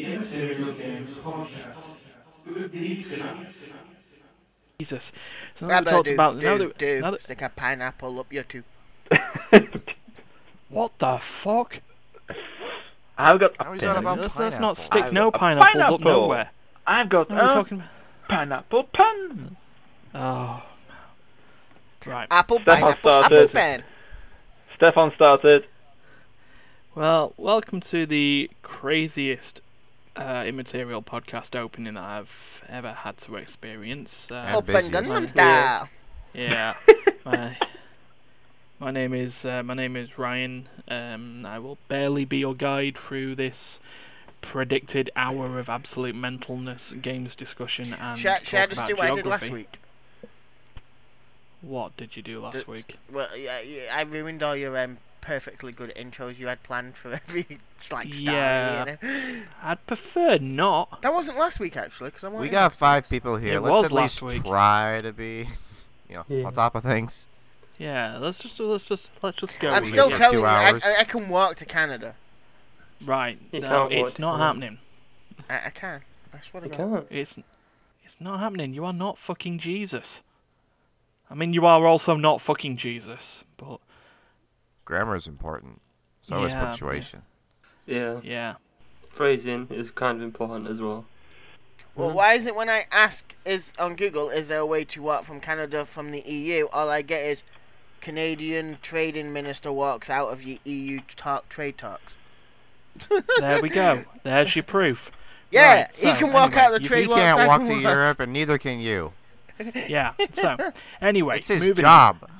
Consider looking into the podcast. These nuts. Jesus. So now Ah, we but talked do, about do, now that, do. now that- Stick a pineapple up your tube. what the fuck? I've got a Now he's on pen. about Let's, let's not pineapple. stick I've no got a pineapples up pineapple. Um, nowhere. I've got No, we're a talking about. pineapple pen. Oh. Right. Apple That's how pineapple, I apple started. pen. Stefan started. Well, welcome to the craziest uh, immaterial podcast opening that I've ever had to experience. Uh, Oh. Open busiest. Gundam Yeah. style. yeah. My, my name is uh, my name is Ryan. Um, I will barely be your guide through this predicted hour of absolute mentalness, games discussion, and Should, I- talk should I just about do what I did last geography. week? What did you do last Just- week? Well, yeah, yeah, I ruined all your um, perfectly good intros you had planned for every like star. Yeah. you know. I'd prefer not. That wasn't last week actually, because I wanted. We it got last five week's. people here. It Let's was at least last week. try to be, you know, Yeah. on top of things. Yeah, let's just let's just let's just go. I'm with still it. Yeah, telling two you, I, hours. I, I can walk to Canada. right. You No, can't it's walk, not yeah. happening. I, I can. I swear to You God. can't. It's it's not happening. You are not fucking Jesus. I mean, you are also not fucking Jesus, but Grammar is important. So is Yeah, yeah. punctuation. Yeah, yeah. phrasing is kind of important as well. Well, why is it when I ask is on Google, is there a way to walk from Canada from the EU? All I get is Canadian trading minister walks out of the EU talk trade talks. There we go. There's your proof. Yeah, Right, he so, can walk anyway, out of the you- trade he walks, I can't walk can to Europe, and neither can you. Yeah. So, anyway, it's his moving on. job.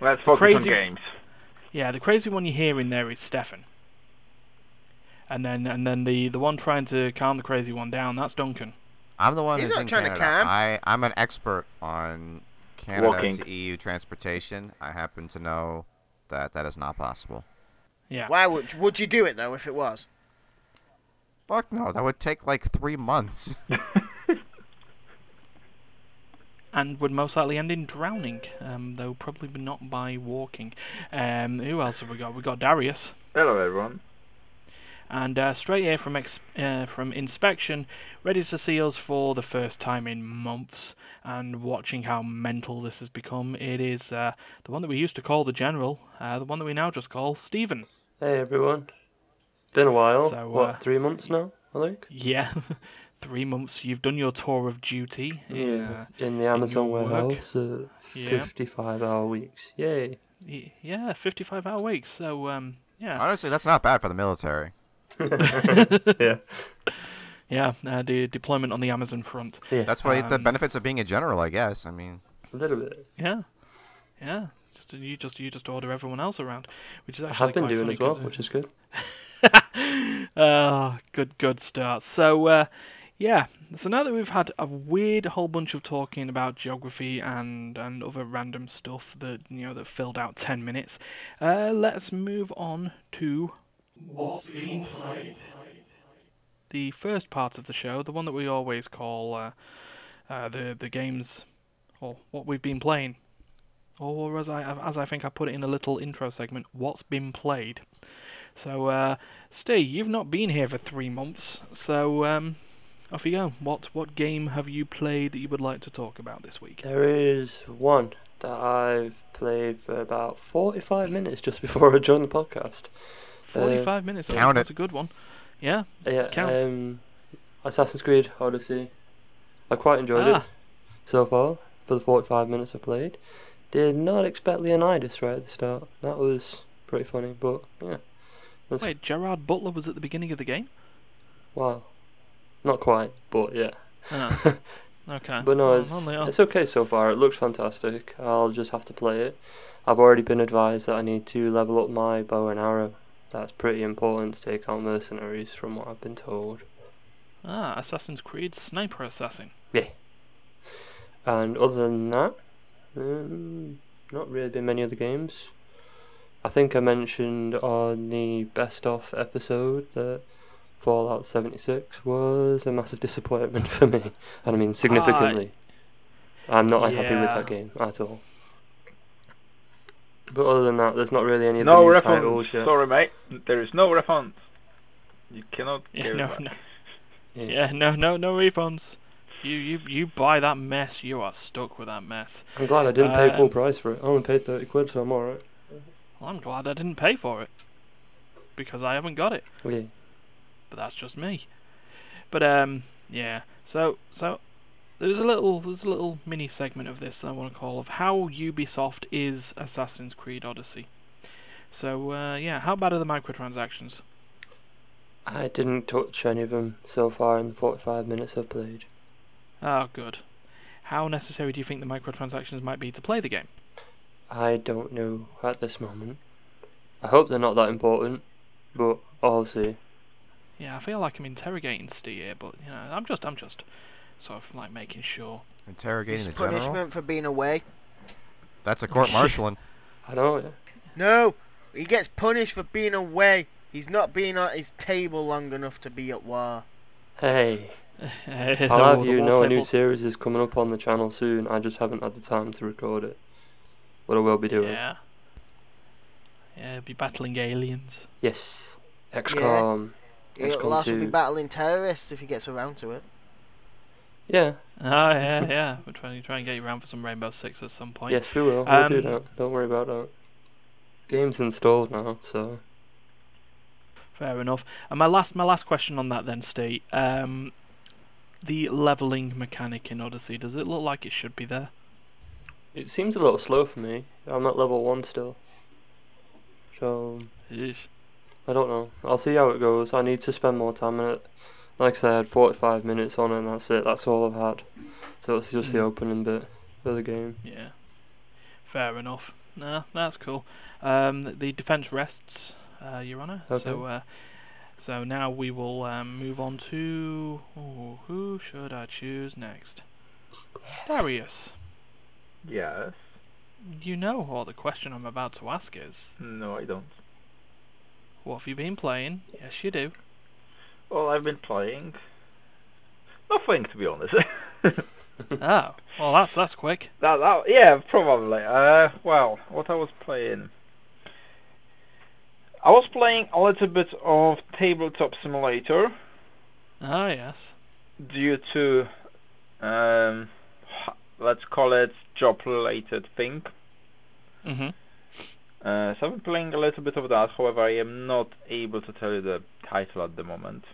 Let's focus Crazy- on games. Yeah, the crazy one you hear in there is Stefan. And then and then the the one trying to calm the crazy one down, that's Duncan. I'm the one He's who's not in trying to Canada. camp. I I'm an expert on Canada Walking. to EU transportation. I happen to know that that is not possible. Yeah. Why would would you do it though if it was? Fuck no, that would take like three months. and would most likely end in drowning, um, though probably not by walking. Um, who else have we got? We've got Darius. Hello, everyone. And uh, straight here from ex- uh, from inspection, ready to see us for the first time in months, and watching how mental this has become. It is uh, the one that we used to call the general, uh, the one that we now just call Stephen. Hey everyone, been a while. So, what, uh, three months now? I think. Yeah, three months. You've done your tour of duty. In, yeah, uh, in the Amazon your work. warehouse, uh, Yeah. fifty-five hour weeks. Yay! y- yeah, 55 hour weeks. So um, yeah, Honestly, that's not bad for the military. Yeah, yeah. Uh, the deployment on the Amazon front. That's why the Um, benefits of being a general, I guess. I mean, a little bit. Yeah, yeah. Just you just you just order everyone else around, which is I actually have been quite doing funny as well, 'cause, uh, which is good. Ah, good, good start. So, uh, yeah. So now that we've had a weird whole bunch of talking about geography and and other random stuff that you know that filled out ten minutes, uh, let's move on to What's being played? the first part of the show, the one that we always call uh, uh, the the games or what we've been playing, or as I as I think I put it in a little intro segment, what's been played. So, uh, Steve, you've not been here for three months, so um, off you go. What what game have you played that you would like to talk about this week? There is one that I've played for about forty-five minutes just before I joined the podcast. Forty-five minutes. I think count that's it. a good one. Yeah. Yeah, Counts. um, Assassin's Creed Odyssey. I quite enjoyed it Ah. so far for the 45 minutes I played. Did not expect Leonidas right at the start. That was pretty funny, but yeah. That's, Wait, Gerard Butler was at the beginning of the game. Wow. Not quite, but yeah. Ah. okay. But no, Well, it's, only- oh, it's okay so far. It looks fantastic. I'll just have to play it. I've already been advised that I need to level up my bow and arrow. That's pretty important to take out mercenaries, from what I've been told. ah, Assassin's Creed Sniper Assassin. And other than that, um, not really been many other games. I think I mentioned on the best of episode that Fallout 76 was a massive disappointment for me, and I mean significantly. I'm not unhappy with yeah. that game at all. But other than that, there's not really any other No new response. titles yet. Sorry, mate. There is no response. You cannot Yeah, get it no, back. no. Yeah. Yeah, no, no, no refunds. You, you, you buy that mess. You are stuck with that mess. I'm glad I didn't pay full Um, price for it. I only paid 30 quid, so I'm alright. Well, I'm glad I didn't pay for it because I haven't got it. Yeah. But that's just me. But um, yeah. So so there's a little there's a little mini segment of this I want to call of how Ubisoft is Assassin's Creed Odyssey. So uh, yeah, how bad are the microtransactions? I didn't touch any of them so far in the 45 minutes I've played. Oh, good. How necessary do you think the microtransactions might be to play the game? I don't know at this moment. I hope they're not that important, but I'll see. Yeah, I feel like I'm interrogating Steve here, but you know, I'm just I'm just sort of like making sure. Interrogating It's the punishment general? for being away. That's a court martialing. I know. No, he gets punished for being away. He's not being at his table long enough to be at war. Hey, The I'll wa- have the you war know a new table- series is coming up on the channel soon. I just haven't had the time to record it, but I will be doing. it. Yeah. Yeah, be battling aliens. Yes, XCOM. Let's He'll come also be to- battling terrorists if he gets around to it. Yeah. Oh yeah, yeah. We're trying to try and get you around for some Rainbow Six at some point. Yes, we will. We'll do Um, that. Don't worry about that. Game's installed now, so Fair enough. And my last my last question on that then, Steve. Um, the leveling mechanic in Odyssey does it look like it should be there? it seems a little slow for me. I'm at level one still, so I don't know. I'll see how it goes. I need to spend more time on it. Like I said, 45 minutes on it, and that's it. That's all I've had. So it's just the Mm. opening bit of the game. Yeah. Fair enough. Nah, that's cool. Um, the defense rests, uh, Your Honor. So, uh, so now we will um, move on to ooh, who should I choose next? Darius, Yes. you know what the question I'm about to ask is. No, I don't. What have you been playing? Yes, you do. Well, I've been playing. Nothing, to be honest. oh, well, that's that's quick. That, that, yeah, probably. Uh, well, what I was playing. I was playing a little bit of Tabletop Simulator Ah, yes. due to, um, h- let's call it job-related thing. Mm-hmm. Uh, so I've been playing a little bit of that. However, I am not able to tell you the title at the moment.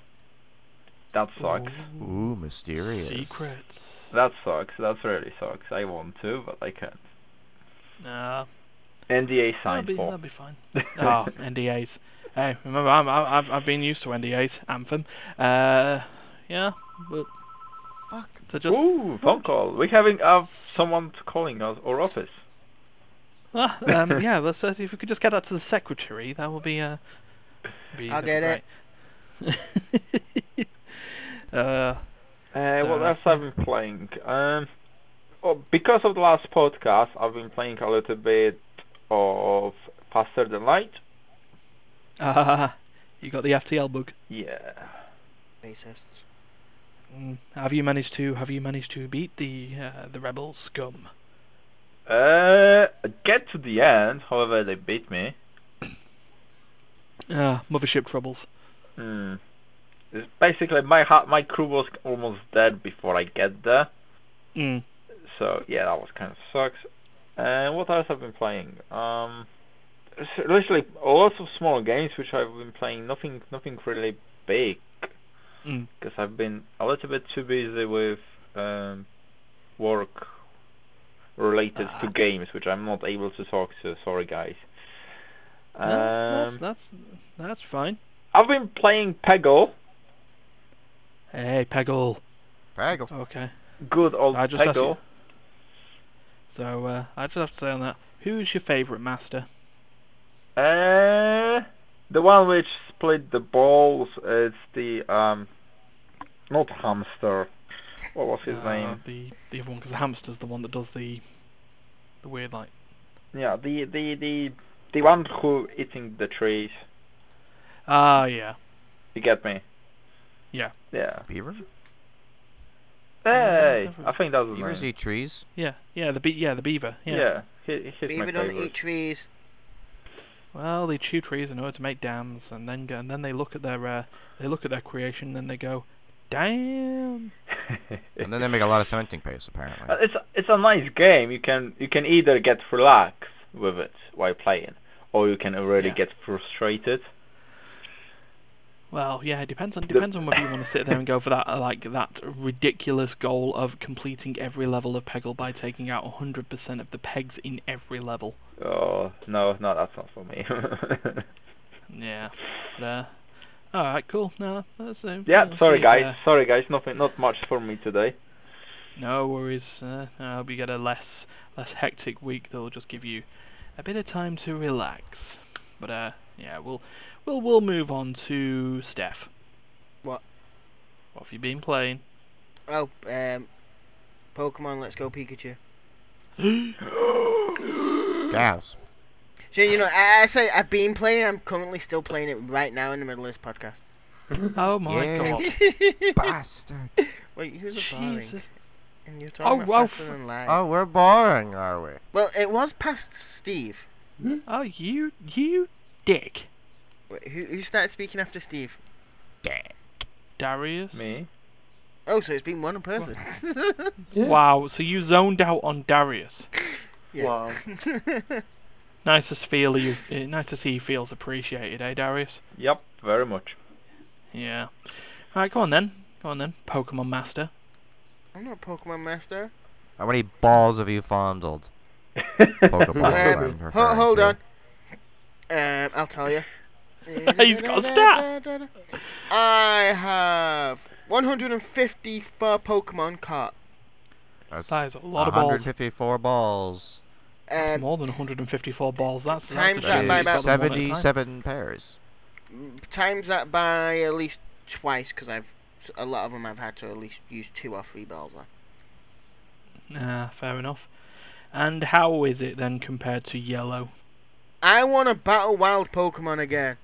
That Oh. sucks. Ooh, mysterious. Secrets. That sucks. That really sucks. I want to, but I can't. Nah, NDA that'd signed be, for. that'd be fine. oh, NDAs. Hey, remember, I'm, I- I've I've been used to NDAs. Anthem. Uh, yeah, but Fuck. so just Ooh, phone call. We're having uh, someone calling us or office. Ah, um, yeah. Well, so if we could just get that to the secretary, that would be uh. Be, I'll that'd be great. uh, Uh, So, what else I've been playing? Um, oh, because of the last podcast, I've been playing a little bit of Faster Than Light. ah, you got the FTL bug. Yeah. Racists. Mm, Have you managed to Have you managed to beat the uh, the rebel scum? Uh, I get to the end. However, they beat me. Ah, mothership troubles. Hmm. It's basically my ha- my crew was almost dead before I get there. Mm. So yeah, that was kind of sucks. And what else I've been playing? Um, s- literally lots of small games which I've been playing. Nothing, nothing really big Mm. because I've been a little bit too busy with um, work related Ah. to games, which I'm not able to talk to. Sorry, guys. Um, No, that's, that's that's fine. I've been playing Peggle. Hey, Peggle. Paggle. Okay. Good old I just asked you- Peggle. So uh, I just have to say on that, who's your favourite master? Uh, the one which split the balls is the um, not hamster. What was his Uh, name? The the other one, because the hamster's the one that does the the weird like. Yeah, the the the the one who eating the trees. Ah, yeah. You get me? Yeah. Yeah. Beaver? Yeah, Hey, that's I think that's his Beavers name. eat trees? Yeah, yeah. The be- yeah the beaver. Yeah, Yeah. he, he's my E Beaver don't favorite. eat trees. Well, they chew trees in order to make dams, and then go, and then they look at their uh, they look at their creation, and they go, "Damn!" And then they make a lot of cementing paste, apparently. Uh, It's it's a nice game. You can you can either get relaxed with it while playing, or you can already Yeah. get frustrated. Well, yeah, it depends on depends on whether you want to sit there and go for that uh, like that ridiculous goal of completing every level of Peggle by taking out 100% of the pegs in every level. Oh no, no, that's not for me. Yeah, but uh, all right, cool. No, that's uh, yeah, we'll sorry see if, guys, uh, sorry guys, nothing, not much for me today. No worries. Uh, I hope you get a less less hectic week that'll just give you a bit of time to relax. But uh, yeah, we'll we'll we'll move on to Steph. What? What have you been playing? Oh, um, Pokemon Let's Go Pikachu. Gasp. So you know, I, I say I've been playing. I'm currently still playing it right now in the middle of this podcast. Oh my Yeah. god! Bastard. Wait, who's a boring? Jesus. And you're Oh, talking about Ralph. faster than light. Oh, we're boring, are we? Well, it was past Steve. Oh you you dick, Wait, Who, who started speaking after Steve? Darius. Me? Oh, so it's been one person. Yeah. Wow. So you zoned out on Darius. Yeah. Wow. Nice to feel you. uh, Nice to see he feels appreciated, eh, Darius? Yep, very much. Yeah. All right, go on then. Go on then, Pokemon Master. I'm not a Pokemon master. How many balls have you fondled? Pokemon. Um, I'm ho- referring hold to. on. Um, I'll tell you. He's got a stat. I have 154 Pokemon caught. That's That is a lot of balls. 154 balls. Um, More than 154 balls. That's that's Times a that shame. by That You've is about got them one at a time. 77 pairs. times that by at least twice because I've a lot of them I've had to at least use two or three balls on. Ah, fair enough. And how is it then compared to yellow? I want to battle wild Pokemon again,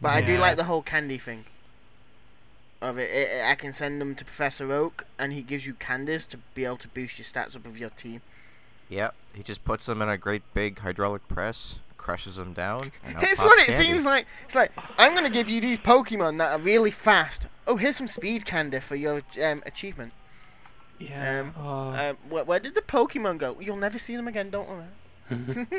but I do Yeah. like the whole candy thing. Of it, it, it- I can send them to Professor Oak, and he gives you candies to be able to boost your stats up of your team. Yep. He just puts them in a great big hydraulic press, crushes them down. And out Here's pops what it candy. seems like. It's like I'm gonna give you these Pokemon that are really fast. Oh, here's some speed candy for your um, achievement. Yeah. Um, oh. Um, where, where did the Pokemon go? You'll never see them again. Don't worry.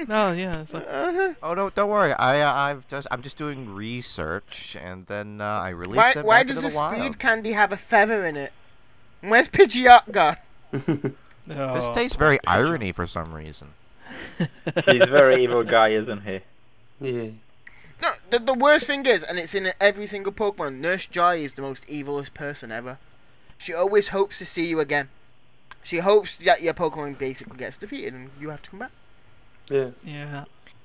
no, yeah. It's like, Uh-huh. Oh no, don't worry. I uh, I've just I'm just doing research, and then uh, I release Why, it why back does into this the wild. food candy have a feather in it? And Where's Pidgeot gone? uh, oh, This tastes very irony for some reason. He's a very evil guy, isn't he? yeah. No, the, the worst thing is, and it's in every single Pokemon, Nurse Joy is the most evilest person ever. She always hopes to see you again. She hopes that your Pokemon basically gets defeated and you have to come back. Yeah. Yeah.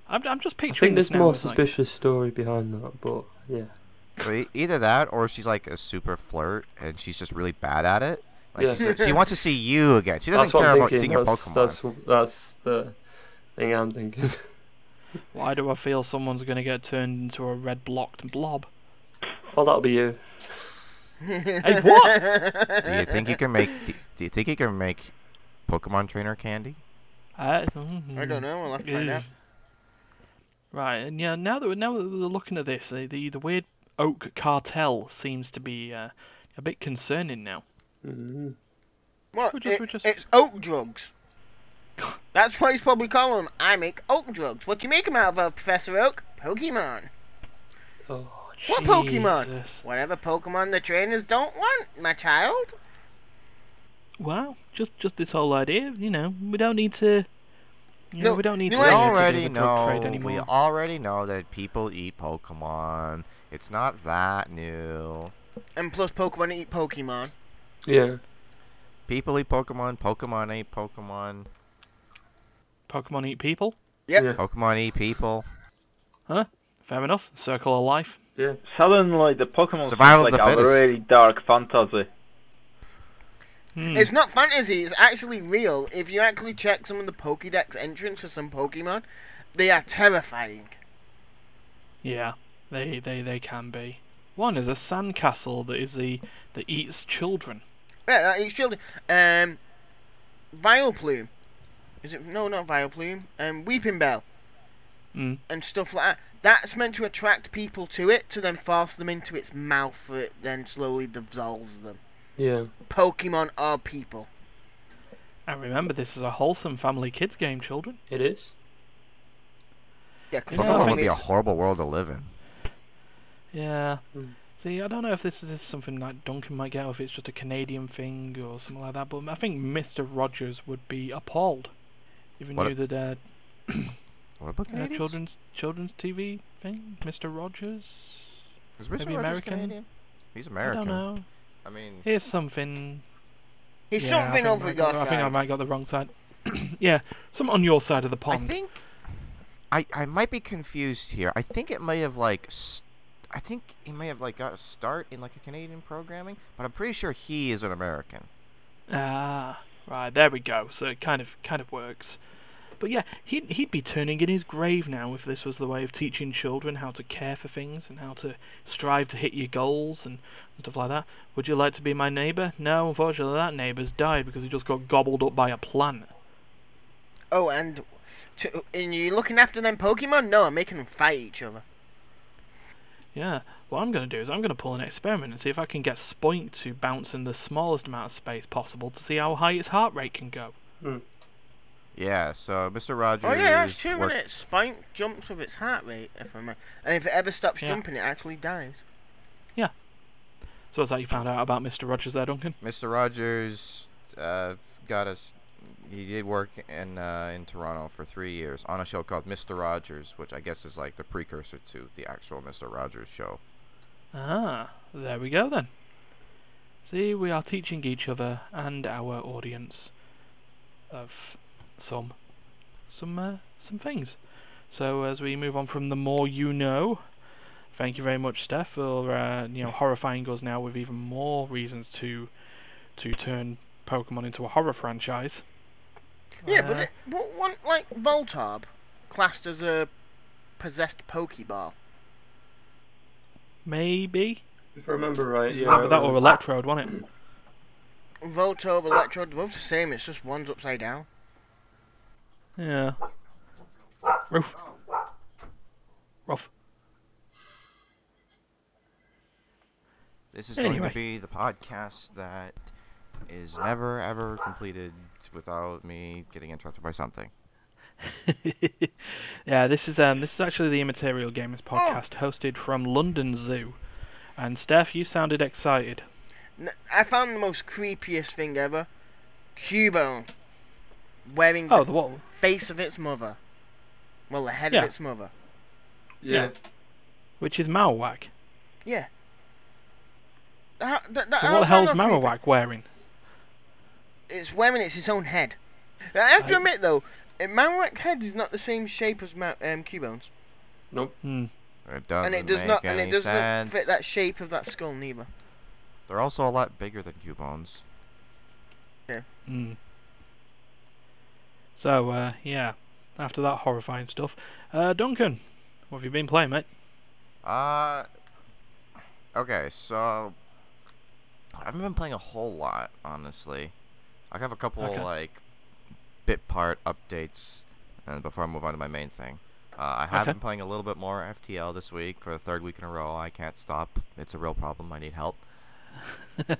I'm, I'm just I picturing think this there's now. more it's like, suspicious story behind that, but yeah. So e- either that, or she's like a super flirt, and she's just really bad at it. Like Yeah. she's like, she wants to see you again. She doesn't that's what care I'm about thinking. seeing your that's, Pokemon. that's that's the thing I'm thinking. Why do I feel someone's going to get turned into a red blocked blob? oh, that'll be you. Hey, what? Do you think you can make? Do, do you think you can make Pokemon trainer candy? I, mm-hmm. I Mm. don't know, I'll have to find out. Right, and yeah, now that we're, now that we're looking at this, the, the the weird oak cartel seems to be uh, a bit concerning now. Mhm. What? We're just- It- we're just- It's oak drugs. That's what he's probably calling them. I make oak drugs. What do you make them out of, uh, Professor Oak? Pokemon. Oh, What Pokemon? Jesus. Whatever Pokemon the trainers don't want, my child. Wow, just just this whole idea, you know, we don't need to. You know, No, we don't need you to, we know uh, what? to do already the drug know. trade anymore. We already know that people eat Pokemon. It's not that new. And plus, Pokemon eat Pokemon. yeah. People eat Pokemon. Pokemon eat Pokemon. Pokemon eat people. Yep. Yeah. Pokemon eat people. Fair enough. Circle of life. Suddenly, the Pokemon Survival of seems the like a fittest. really dark fantasy. Hmm. It's not fantasy, it's actually real. If you actually check some of the Pokédex entrants for some Pokemon, they are terrifying. Yeah, they they they can be. One is a sandcastle that is the that eats children. Yeah, that eats children. Um, Vileplume. Is it? No, not Vileplume. Um, Weeping Bell. Mm. and stuff like that. That's meant to attract people to it to then force them into its mouth for it then slowly dissolves them. Yeah. Pokemon are people. And remember, this is a wholesome family kids game, children. It is. Yeah, You 'cause know, I Pokemon think would be a it's- horrible world to live in. Yeah. Mm. See, I don't know if this is something that Duncan might get, or if it's just a Canadian thing or something like that. But I think Mister Rogers would be appalled if he What a- knew that uh, What about uh, Canadians? children's children's TV thing, Mister Rogers. Is Mr. maybe Rogers American? Canadian? He's American. I don't know. I mean, Here's something. He's yeah, I something think I over might your got- I think I side. might got the wrong side. yeah, some on your side of the I pond. think I I might be confused here. I think it may have like s I I think he may have like got a start in like a Canadian programming, but I'm pretty sure he is an American. Ah, right, there we go. So it kind of kind of works. But yeah, he'd he'd be turning in his grave now if this was the way of teaching children how to care for things and how to strive to hit your goals and stuff like that. Would you like to be my neighbour? No, unfortunately, that neighbour's died because he just got gobbled up by a plant. Oh, and to, and you looking after them Pokemon? No, I'm making them fight each other. Yeah, what I'm going to do is I'm going to pull an experiment and see if I can get Spoink to bounce in the smallest amount of space possible to see how high its heart rate can go. Yeah, so Mr. Rogers Oh yeah, that's true, worked- isn't it? Spike jumps with its heart rate, if I may. And if it ever stops Yeah. jumping, it actually dies. So that's how you found out about Mr. Rogers there, Duncan. Mr. Rogers uh, got us. He did work in uh, in Toronto for three years on a show called Mr. Rogers, which I guess is like the precursor to the actual Mr. Rogers show. Ah, there we go then. See, we are teaching each other and our audience of some, some, uh, some things. So as we move on from the more you know, thank you very much, Steph, for uh, you know horrifying us now with even more reasons to, to turn Pokemon into a horror franchise. Yeah, but Uh, it, but one like Voltorb, classed as a possessed Pokeball. maybe. If I remember right, um, yeah. Either that or Electrode, wasn't it? Voltorb, Electrode, both the same. It's just one's upside down. Yeah. Roof. Rough. This is going Anyway. to be the podcast that is never ever completed without me getting interrupted by something. yeah, this is um, this is actually the Immaterial Gamers podcast hosted from London Zoo. And Steph, you sounded excited. N- I found the most creepiest thing ever. Cubone wearing Oh, the the what? face of its mother. Well, the head Yeah. of its mother. yeah. Which is Marowak. Yeah. That, that, that, So how what the is that hell's not creepy? Marowak wearing? It's wearing it's its own head. I have to I- admit though, a Marowak's head is not the same shape as Ma- um, Cubone's, Hmm. It doesn't and it does make not and any it doesn't sense. fit that shape of that skull neither. They're also a lot bigger than Cubones. Mm. So, uh, yeah. After that horrifying stuff, uh, Duncan, what have you been playing, mate? Uh, okay, so I haven't been playing a whole lot, honestly. I have a couple Okay. like bit part updates, and before I move on to my main thing, uh, I have Okay. been playing a little bit more FTL this week for the third week in a row. I can't stop; it's a real problem. I need help.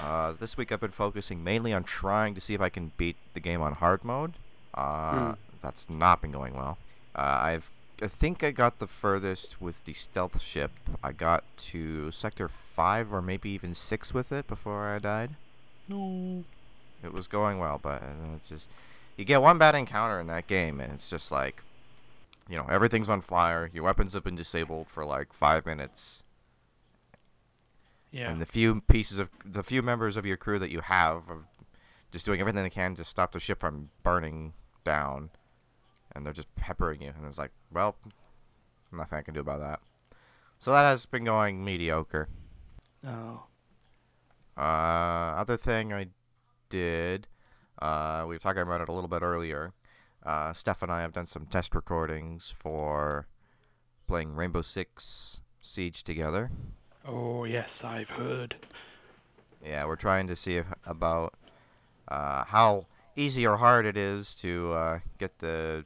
Uh, this week I've been focusing mainly on trying to see if I can beat the game on hard mode. Uh, That's not been going well. Uh, I've I think I got the furthest with the stealth ship. I got to sector five or maybe even six with it before I died. no. It was going well, but uh, it's just you get one bad encounter in that game, and it's just like you know everything's on fire. Your weapons have been disabled for like five minutes Yeah. and the few pieces of the few members of your crew that you have are just doing everything they can to stop the ship from burning down and they're just peppering you and it's like well nothing i can do about that so that has been going mediocre Oh. uh other thing i did uh we were talking about it a little bit earlier uh steph and i have done some test recordings for playing rainbow six siege together Oh, yes, I've heard. Yeah, we're trying to see if, about uh, how easy or hard it is to uh, get the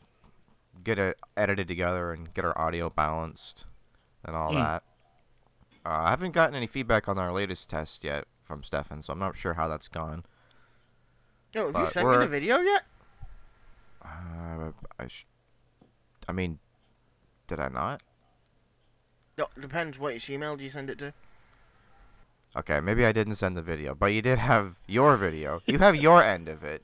get it edited together and get our audio balanced and all Mm. that. Uh, I haven't gotten any feedback on our latest test yet from Stefan, so I'm not sure how that's gone. No, have you But sent me we're- the video yet? Uh, I, sh- I mean, did I not? No, depends what email do you send it to. Okay, maybe I didn't send the video, but you did have your video. You have your end of it.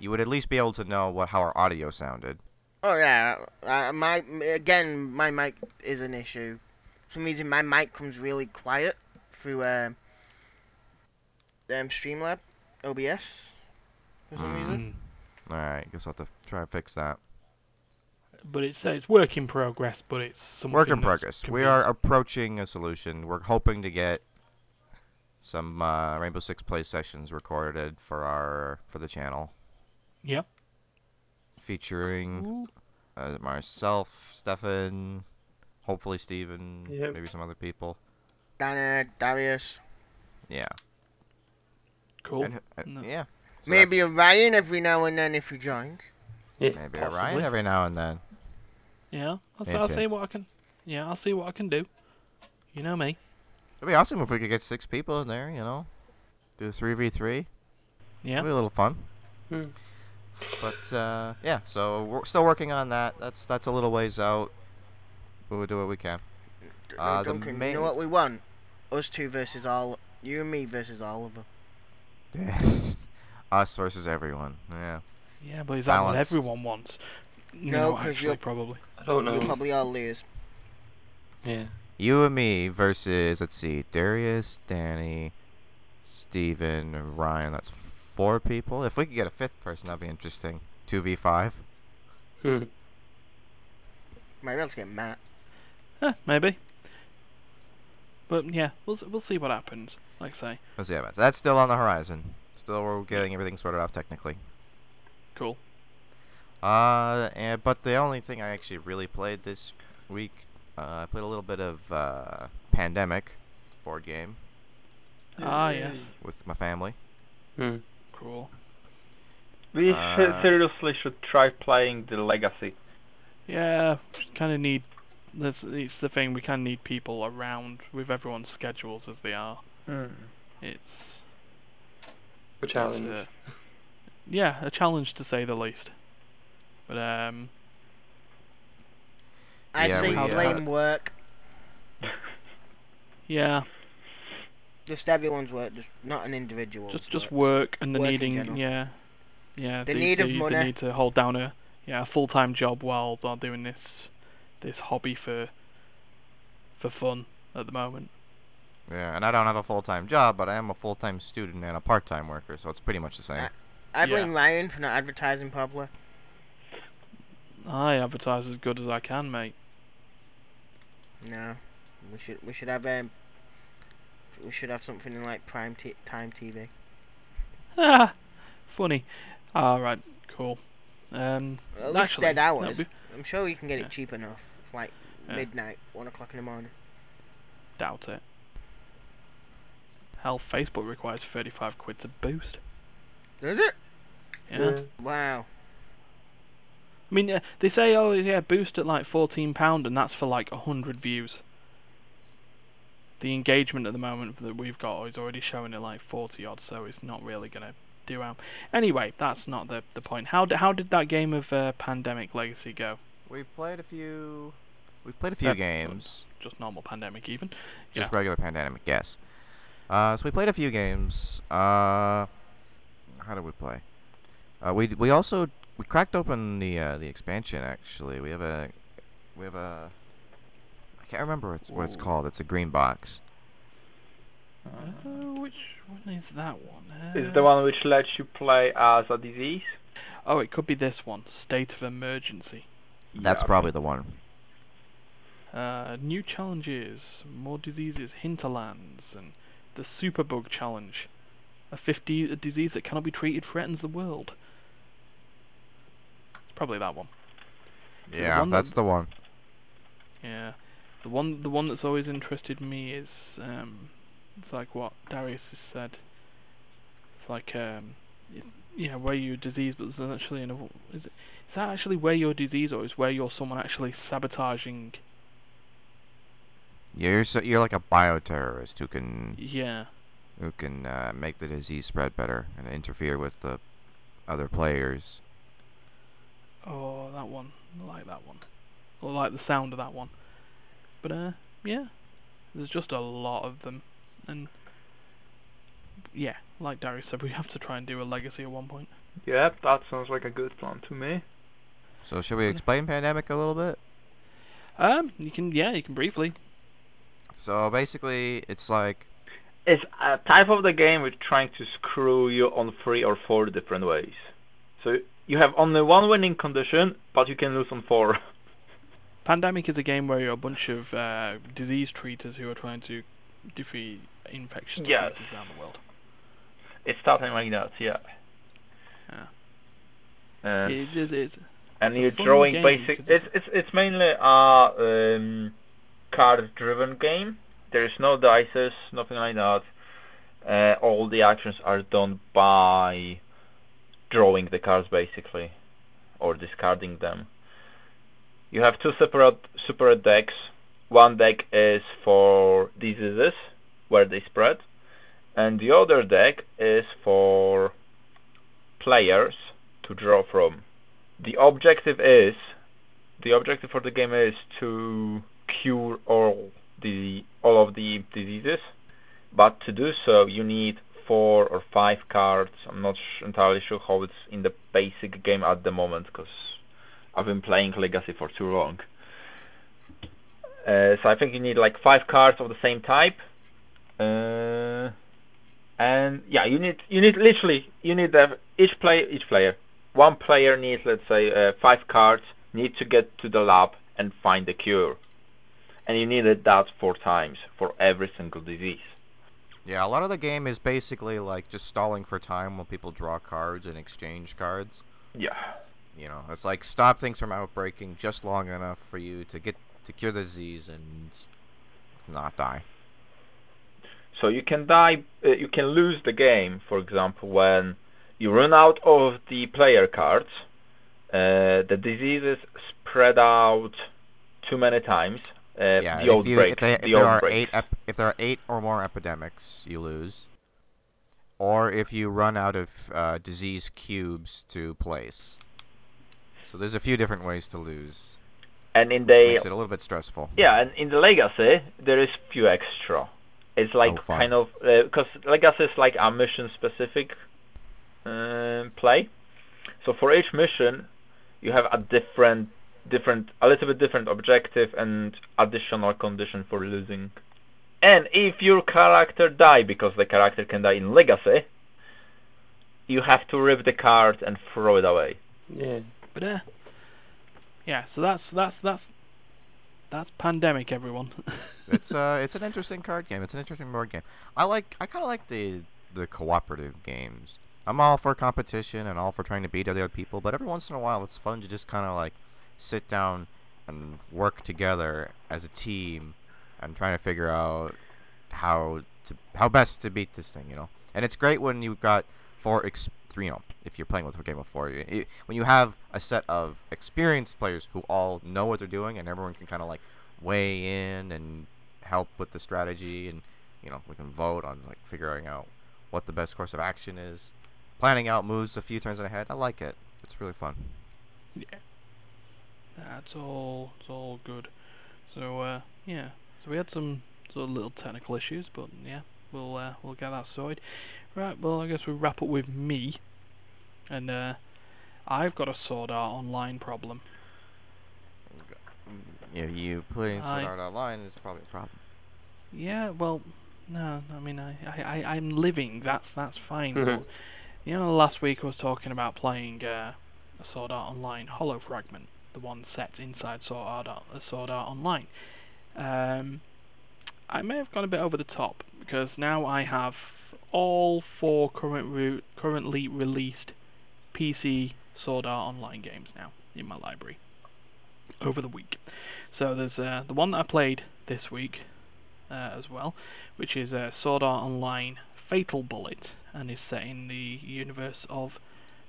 You would at least be able to know what how our audio sounded. Oh yeah, uh, my again, my mic is an issue. For some reason, my mic comes really quiet through um, um Streamlab, OBS. For some Mm. Hmm. reason, All right, guess I'll have to try and fix that. But it's uh, it's work in progress, but it's something Work in that's progress. We convenient. are approaching a solution. We're hoping to get some uh, Rainbow Six play sessions recorded for our for the channel, Yeah. featuring Ooh. uh, myself, Stefan, hopefully Steven, Yep. maybe some other people. Dana, Darius, Yeah. Cool. And- uh, No. Yeah. So maybe that's- a Ryan every now and then if he joins. Yeah, maybe a Ryan possibly. every now and then. Yeah. I'll, s- Yeah, I'll see chance. what I can. Yeah, I'll see what I can do. You know me. It'd be awesome if we could get six people in there. You know, do three v three. Yeah. It'll be a little fun. Hmm. But uh, yeah, so we're still working on that. That's that's a little ways out. We will do what we can. D- no, Uh, the Duncan, you main- know what we want? Us two versus all, you and me versus all of them. Us versus everyone. Yeah. Yeah, but is that what Balanced. everyone wants? No, 'cause actually, you're- probably. I don't You're know. probably all lose. Yeah. You and me versus let's see, Darius, Danny, Steven, and Ryan. That's four people. If we could get a fifth person, that'd be interesting. Two v five. Hmm. Might be able to get Matt. Eh, maybe. But yeah, we'll s- we'll see what happens. Like I say, Let's see how about that's still on the horizon. Still, we're getting everything sorted out technically. cool. Uh, and, but the only thing I actually really played this week, uh, I played a little bit of uh, Pandemic board game Ah yes, with my family. Hmm. cool. We should, Uh, seriously should try playing the Legacy. Yeah, kind of need. That's it's the thing. We kind of need people around with everyone's schedules as they are. Hmm. It's, A it's challenge. uh, yeah, a challenge to say the least. But um, I Yeah, say we, uh, blame work. yeah, Just everyone's work, just not an individual. just just work and the Work in needing. general. Yeah, yeah. The need of The money. need to hold down a yeah a full time job while while doing this this hobby for for fun at the moment. Yeah, and I don't have a full time job, but I am a full time student and a part time worker, so it's pretty much the same. Uh, I yeah. blame Ryan for not advertising properly. I advertise as good as I can, mate. No, we should we should have um we should have something in like prime t- time TV. Ah, funny. All right, cool. Um, At least Naturally, dead that'd hours. be- I'm sure you can get Yeah. it cheap enough, like Yeah. midnight, one o'clock in the morning. doubt it. Hell, Facebook requires 35 quid to boost. Does it? Yeah. Yeah. Wow. I mean, uh, they say, oh yeah, boost at like 14 pound, and that's for like 100 views. The engagement at the moment that we've got is already showing at like 40 odd, so it's not really gonna do out. Anyway, that's not the the point. How d- how did that game of uh, Pandemic Legacy go? We played a few. We played a few Uh, games. Just normal Pandemic, even. Just regular pandemic, yes. Uh, so we played a few games. Uh, how did we play? Uh, we d- we also we cracked open the uh, the expansion. Actually, we have a we have a I can't remember it's, what it's Ooh. called. It's a green box. Uh, which one is that one? Is Uh, the one which lets you play as a disease? Oh, it could be this one. State of emergency. That's Yeah. probably the one. Uh, new challenges, more diseases, hinterlands, and the superbug challenge. A 50 a disease that cannot be treated threatens the world. It's probably that one. the Yeah, one that- that's the one. Yeah, the one the one that's always interested me is um, it's like what Darius has said. It's like um, it's yeah, where you're diseased, but there's actually another. Is, it, is that actually where you're diseased, or is where you're someone actually sabotaging? You're so, you're like a bioterrorist who can Yeah, who can uh, make the disease spread better and interfere with the other players. oh, that one. I like that one. I like the sound of that one. But uh, yeah, there's just a lot of them, and yeah, like Darius said, we have to try and do a legacy at one point. Yep, that sounds like a good plan to me. So should we explain pandemic a little bit? Um, you can yeah, you can briefly. So basically, it's like It's a type of the game which trying to screw you on three or four different ways. So you have only one winning condition, but you can lose on four. Pandemic is a game where you're a bunch of uh, disease treaters who are trying to defeat infectious Yeah. diseases around the world. It's something like that, yeah. Yeah. And It is, it's, and It's a you're fun drawing game, basic. 'cause It's it's- it's it's mainly a um, card-driven game. There is no dices, nothing like that. Uh, all the actions are done by drawing the cards basically, or discarding them. You have two separate separate decks. One deck is for diseases where they spread, and the other deck is for players to draw from the objective is the objective for the game is to cure all the all of the diseases but to do so you need four or five cards i'm not sh- entirely sure how it's in the basic game at the moment because i've been playing legacy for too long uh, so i think you need like five cards of the same type uh, and yeah you need you need literally you need to have each player each player one player needs, let's say, uh, five cards, need to get to the lab and find the cure. And you needed that four times for every single disease. yeah, a lot of the game is basically like just stalling for time while people draw cards and exchange cards. Yeah. You know, it's like stop things from outbreaking just long enough for you to get to cure the disease and s- not die. So you can die, uh, you can lose the game, for example, when you run out of the player cards, uh, the diseases spread out too many times. Uh, yeah, the if, you, outbreak. if, they, if the there are outbreaks. eight ep- if there are eight or more epidemics, you lose. Or if you run out of uh, disease cubes to place. So there's a few different ways to lose, and in which the makes it a little bit stressful. Yeah, and in the Legacy, there is few extra. It's like Oh, fun. kind of because Legacy is like a mission specific um, play. So for each mission, you have a different, different, a little bit different objective and additional condition for losing. And if your character die, because the character can die in Legacy, you have to rip the card and throw it away. Yeah. but uh, yeah. So that's that's that's that's pandemic, everyone. it's uh, it's an interesting card game. It's an interesting board game. I like. I kind of like the the cooperative games. I'm all for competition and all for trying to beat other people, but every once in a while, it's fun to just kind of like sit down and work together as a team and trying to figure out how to how best to beat this thing. You know, and it's great when you've got four ex three. You know, if you're playing with a game of four, you, you- when you have a set of experienced players who all know what they're doing and everyone can kind of like weigh in and help with the strategy and you know we can vote on like figuring out what the best course of action is planning out moves a few turns ahead i like it it's really fun That's all. It's all good. So uh, yeah. So we had some sort of little technical issues, but yeah, we'll uh, we'll get that sorted. Right. Well, I guess we wrap up with me, and uh, I've got a Sword Art Online problem. if you put in Aye. Sword Art Online, it's probably a problem. Yeah. Well, no. I mean, I I, I I'm living. That's that's fine. but, you know, last week I was talking about playing uh, a Sword Art Online Hollow Fragment, the one set inside Sword Art, uh, Sword Art Online. Um, I may have gone a bit over the top because now I have all four current re- currently released PC Sword Art Online games now in my library over the week. So there's uh, the one that I played this week uh, as well, which is uh, Sword Art Online Fatal Bullet, and is set in the universe of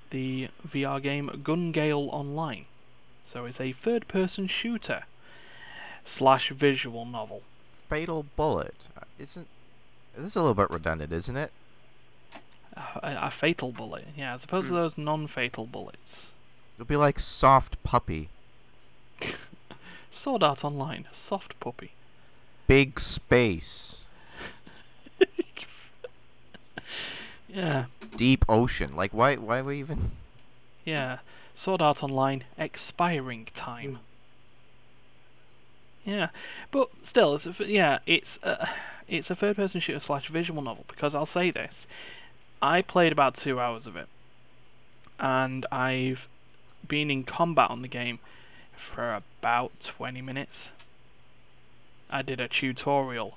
the VR game Gun Gale Online. So it's a third person shooter slash visual novel. Fatal Bullet. Uh, Isn't this is a little bit redundant, isn't it? A, a- a fatal bullet, yeah, as opposed to those non fatal bullets. It'll be like Soft Puppy, Sword Art Online, Soft Puppy. Big Space, Yeah, Deep Ocean. Like why why we even yeah. Sword Art Online, Expiring Time. Yeah, but still, it's a, f- yeah, it's a, it's a third-person shooter slash visual novel because I'll say this, I played about two hours of it, and I've been in combat on the game for about twenty minutes. I did a tutorial,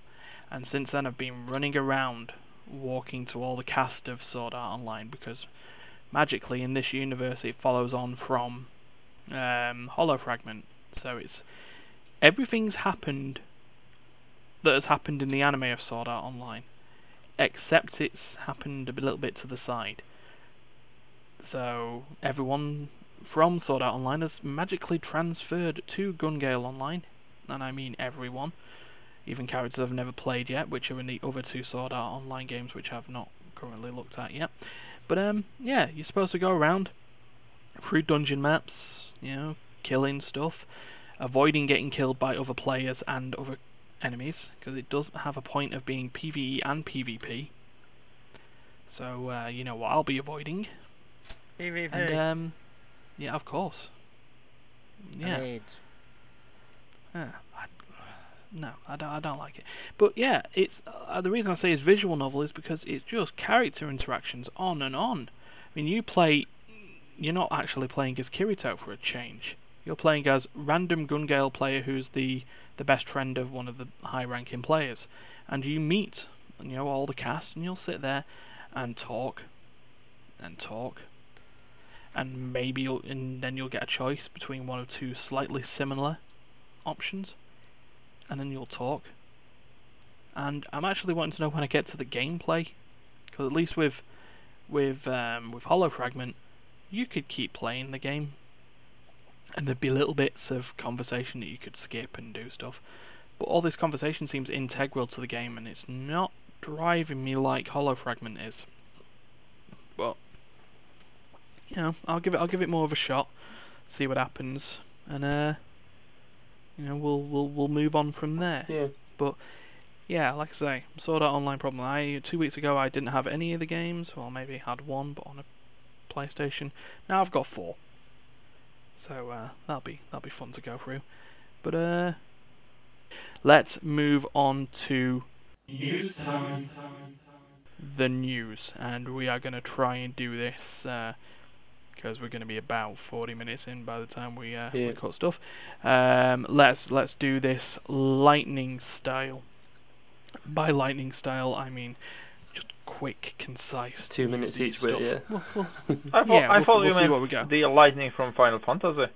and since then I've been running around, walking to all the cast of Sword Art Online because magically in this universe it follows on from um, Hollow Fragment, so it's everything's happened that has happened in the anime of Sword Art Online, except it's happened a bit- little bit to the side. So everyone from Sword Art Online has magically transferred to Gun Gale Online, and I mean everyone, even characters I've never played yet, which are in the other two Sword Art Online games, which I've not currently looked at yet. But um, yeah, you're supposed to go around through dungeon maps, you know, killing stuff, avoiding getting killed by other players and other enemies because it does have a point of being PVE and PvP. So uh, you know what I'll be avoiding, PvP. and um, yeah, of course, yeah. Grenades. Yeah, I, no, I don't, I don't like it. But yeah, it's uh, the reason I say it's visual novel is because it's just character interactions on and on. I mean, you play, you're not actually playing as Kirito for a change. You're playing as random Gun Gale player who's the the best friend of one of the high-ranking players, and you meet, you know, all the cast, and you'll sit there and talk and talk. And maybe you'll, and then you'll get a choice between one or two slightly similar options, and then you'll talk. And I'm actually wanting to know when I get to the gameplay, because at least with with um, with Hollow Fragment, you could keep playing the game, and there'd be little bits of conversation that you could skip and do stuff. But all this conversation seems integral to the game, and it's not driving me like Hollow Fragment is. But you know, I'll give it I'll give it more of a shot, see what happens, and uh, you know we'll we'll we'll move on from there. Yeah. Yeah, like I say, Sword Art Online problem. I two weeks ago I didn't have any of the games. Well, maybe I had one, but on a PlayStation. Now I've got four. So uh, that'll be that'll be fun to go through. But uh, let's move on to News time. the news, and we are going to try and do this because we're going to be about 40 minutes in by the time we, uh, Yeah. we cut stuff. Um, let's let's do this lightning style. By lightning style, I mean just quick, concise. Two minutes newsy each bit, stuff. yeah. Well, well, I thought, yeah, I we'll, thought see, we'll see you what meant we go. the lightning from Final Fantasy.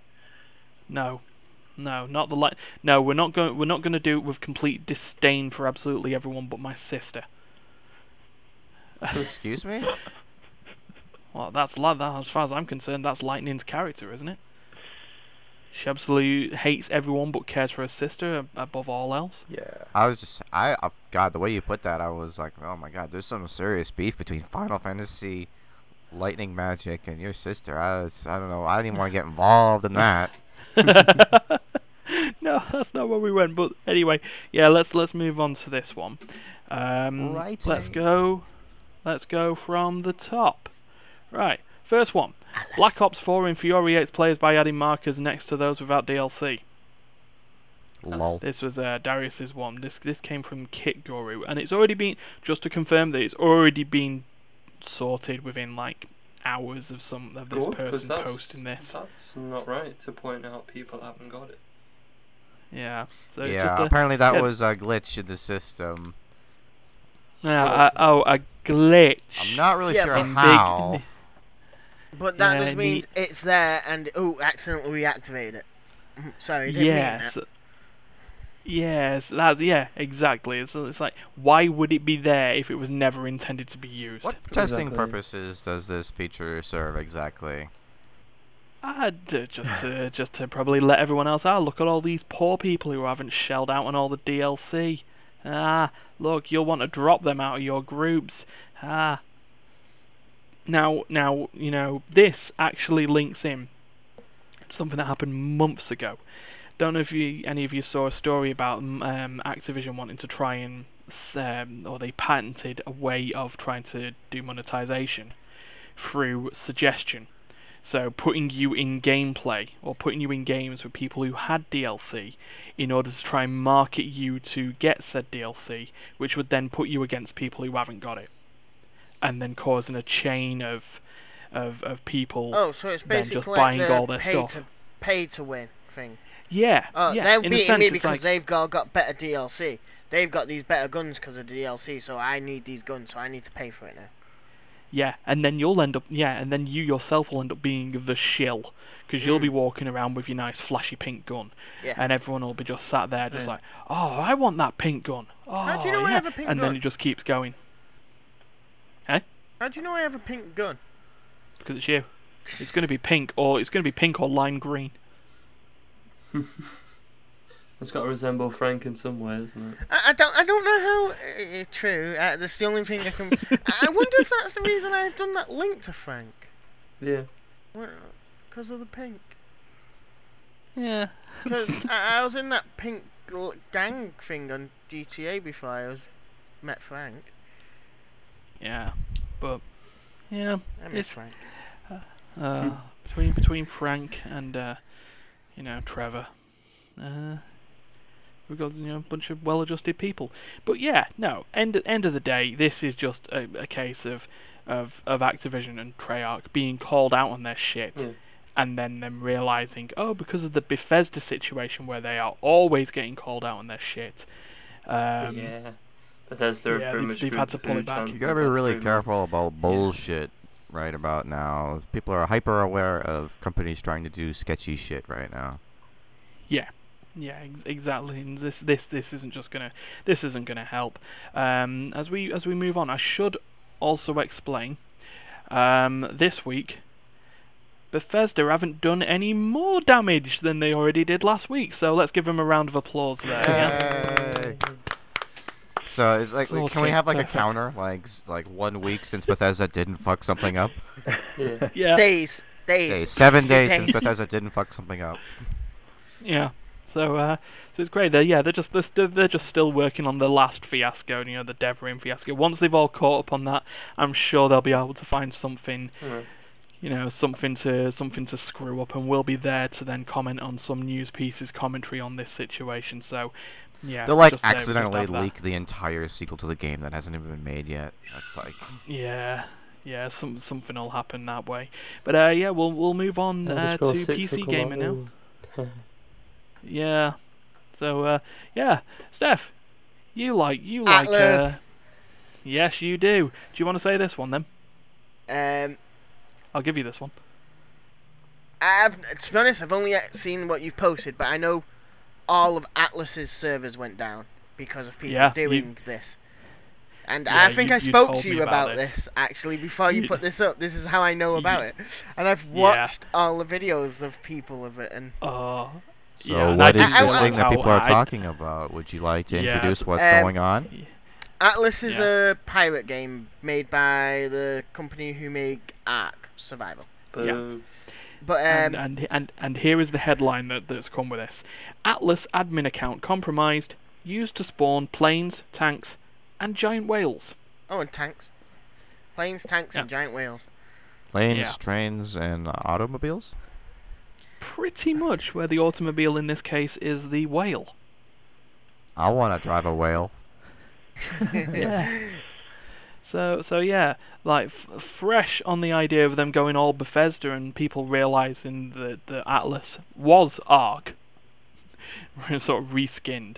No, no, not the light. No, we're not going. We're not going to do it with complete disdain for absolutely everyone but my sister. excuse me? Well, that's li- that, as far as I'm concerned, that's Lightning's character, isn't it? She absolutely hates everyone but cares for her sister ab- above all else. Yeah. I was just I uh, God the way you put that I was like oh my God there's some serious beef between Final Fantasy, Lightning Magic and your sister. I was, I don't know I didn't even want to get involved in that. No, that's not where we went. But anyway, yeah, let's let's move on to this one. Um, Let's Righty. go. Let's go from the top. Right, first one. Black Ops 4 infuriates players by adding markers next to those without DLC. Lol. This was uh, Darius's one. This this came from Kit Guru, and it's already been just to confirm that it's already been sorted within like hours of some of this Good, 'cause person that's- posting this. That's not right to point out people haven't got it. Yeah. So it's Yeah, just a, apparently that yeah. was a glitch in the system. yeah, a- oh a glitch. I'm not really Yeah, sure but- in big- how. But that Yeah, just the- means it's Mm-hmm. there and oh, accidentally reactivated it. Sorry, didn't mean that. Yes. Yes, that's yeah, exactly. It's it's like why would it be there if it was never intended to be used? What testing Exactly. purposes does this feature serve exactly? I'd uh, just to just to probably let everyone else out. Look at all these poor people who haven't shelled out on all the DLC. Ah, look, you'll want to drop them out of your groups. Ah. Now, now you know this actually links in to something that happened months ago. Don't know if you any of you saw a story about um, Activision wanting to try and s- um, or they patented a way of trying to do monetization through suggestion. So putting you in gameplay or putting you in games with people who had DLC in order to try and market you to get said DLC, which would then put you against people who haven't got it. And then causing a chain of of, of people Oh, so it's Then just basically buying like the all their pay stuff. To, pay to win thing. Yeah. Oh, yeah. they're in a beating sense me it's because like they've got, got better DLC. They've got these better guns because of the DLC, so I need these guns, so I need to pay for it now. Yeah, and then you'll end up yeah, and then you yourself will end up being the shill because you'll be walking around with your nice flashy pink gun, Mm. Yeah. Mm. and everyone will be just sat there just Yeah. like, oh, I want that pink gun. Oh, do you know yeah. I have a pink and then gun? it just keeps going How do you know I have a pink gun? because it's you. It's going to be pink or it's going to be pink or lime green. It's got to resemble Frank in some way, isn't it? I, I don't. I don't know how. Uh, uh, true. Uh, that's the only thing I can. I I wonder if that's the reason I've done that link to Frank. Yeah. Because of the pink. Yeah. Because I, I was in that pink gl- gang thing on GTA before I was met Frank. Yeah. But yeah, I met It's- Frank. uh, between between Frank and uh, you know Trevor, uh, we've got you know a bunch of well-adjusted people. But yeah, no. End end of the day, this is just a, a case of of of Activision and Treyarch being called out on their shit. Mm. And then them realizing, oh, because of the Bethesda situation where they are always getting called out on their shit. Um, yeah. Bethesda have yeah, pretty they've- much they've had to pull it back. You gotta be really careful about bullshit right about now. People are hyper aware of companies trying to do sketchy shit right now. Yeah, ex- exactly. And this this this isn't just gonna this isn't gonna help. Um, as we as we move on, I should also explain. Um, this week, Bethesda haven't done any more damage than they already did last week. So let's give them a round of applause there. Yeah. Yay. So it's like, Salty. can we have like a Perfect. counter, like s- like one week since Bethesda didn't fuck something up? Yeah. Yeah. Days. Days. Hey, seven days days. since Bethesda didn't fuck something up. Yeah. So uh, so it's great. They're yeah they're just they're, st- they're just still working on the last fiasco. You know the Dev Room fiasco. Once they've all caught up on that, I'm sure they'll be able to find something Alright. you know something to something to screw up and we'll be there to then comment on some news pieces commentary on this situation so yeah They'll like just say we just accidentally have that. leak the entire sequel to the game that hasn't even been made yet. That's like yeah yeah some something will happen that way but uh yeah we'll we'll move on Elder uh, to Scrolls 6 will pc come gamer out now in- yeah so uh yeah steph you like you like Atlas. uh yes you do do you want to say this one then Um, i'll give you this one I've to be honest, I've only seen what you've posted, but I know all of Atlas's servers went down because of people Yeah, you- doing this. And Yeah, I think you- I you spoke told to me you about about, this. this. actually before you, You- put this up. This is how I know You- about it, and I've Yeah. watched all the videos of people of it. And oh So yeah, and I what is didn't I- I- this realize thing that how people are I- talking about? Would you like to Yeah. introduce what's Um, going on? Atlas is a pirate game made by the company who make Ark Survival. Yeah. Boom. But um, and, and and and here is the headline that, that's come with this: Atlas admin account compromised, used to spawn planes, tanks, and giant whales. oh, and tanks, planes, tanks, and giant whales. Planes, yeah. trains, and automobiles. Pretty much where the automobile in this case is the whale. I want to drive a whale. Yeah. So so yeah, like f- fresh on the idea of them going all Bethesda and people realizing that the Atlas was Ark, sort of reskinned.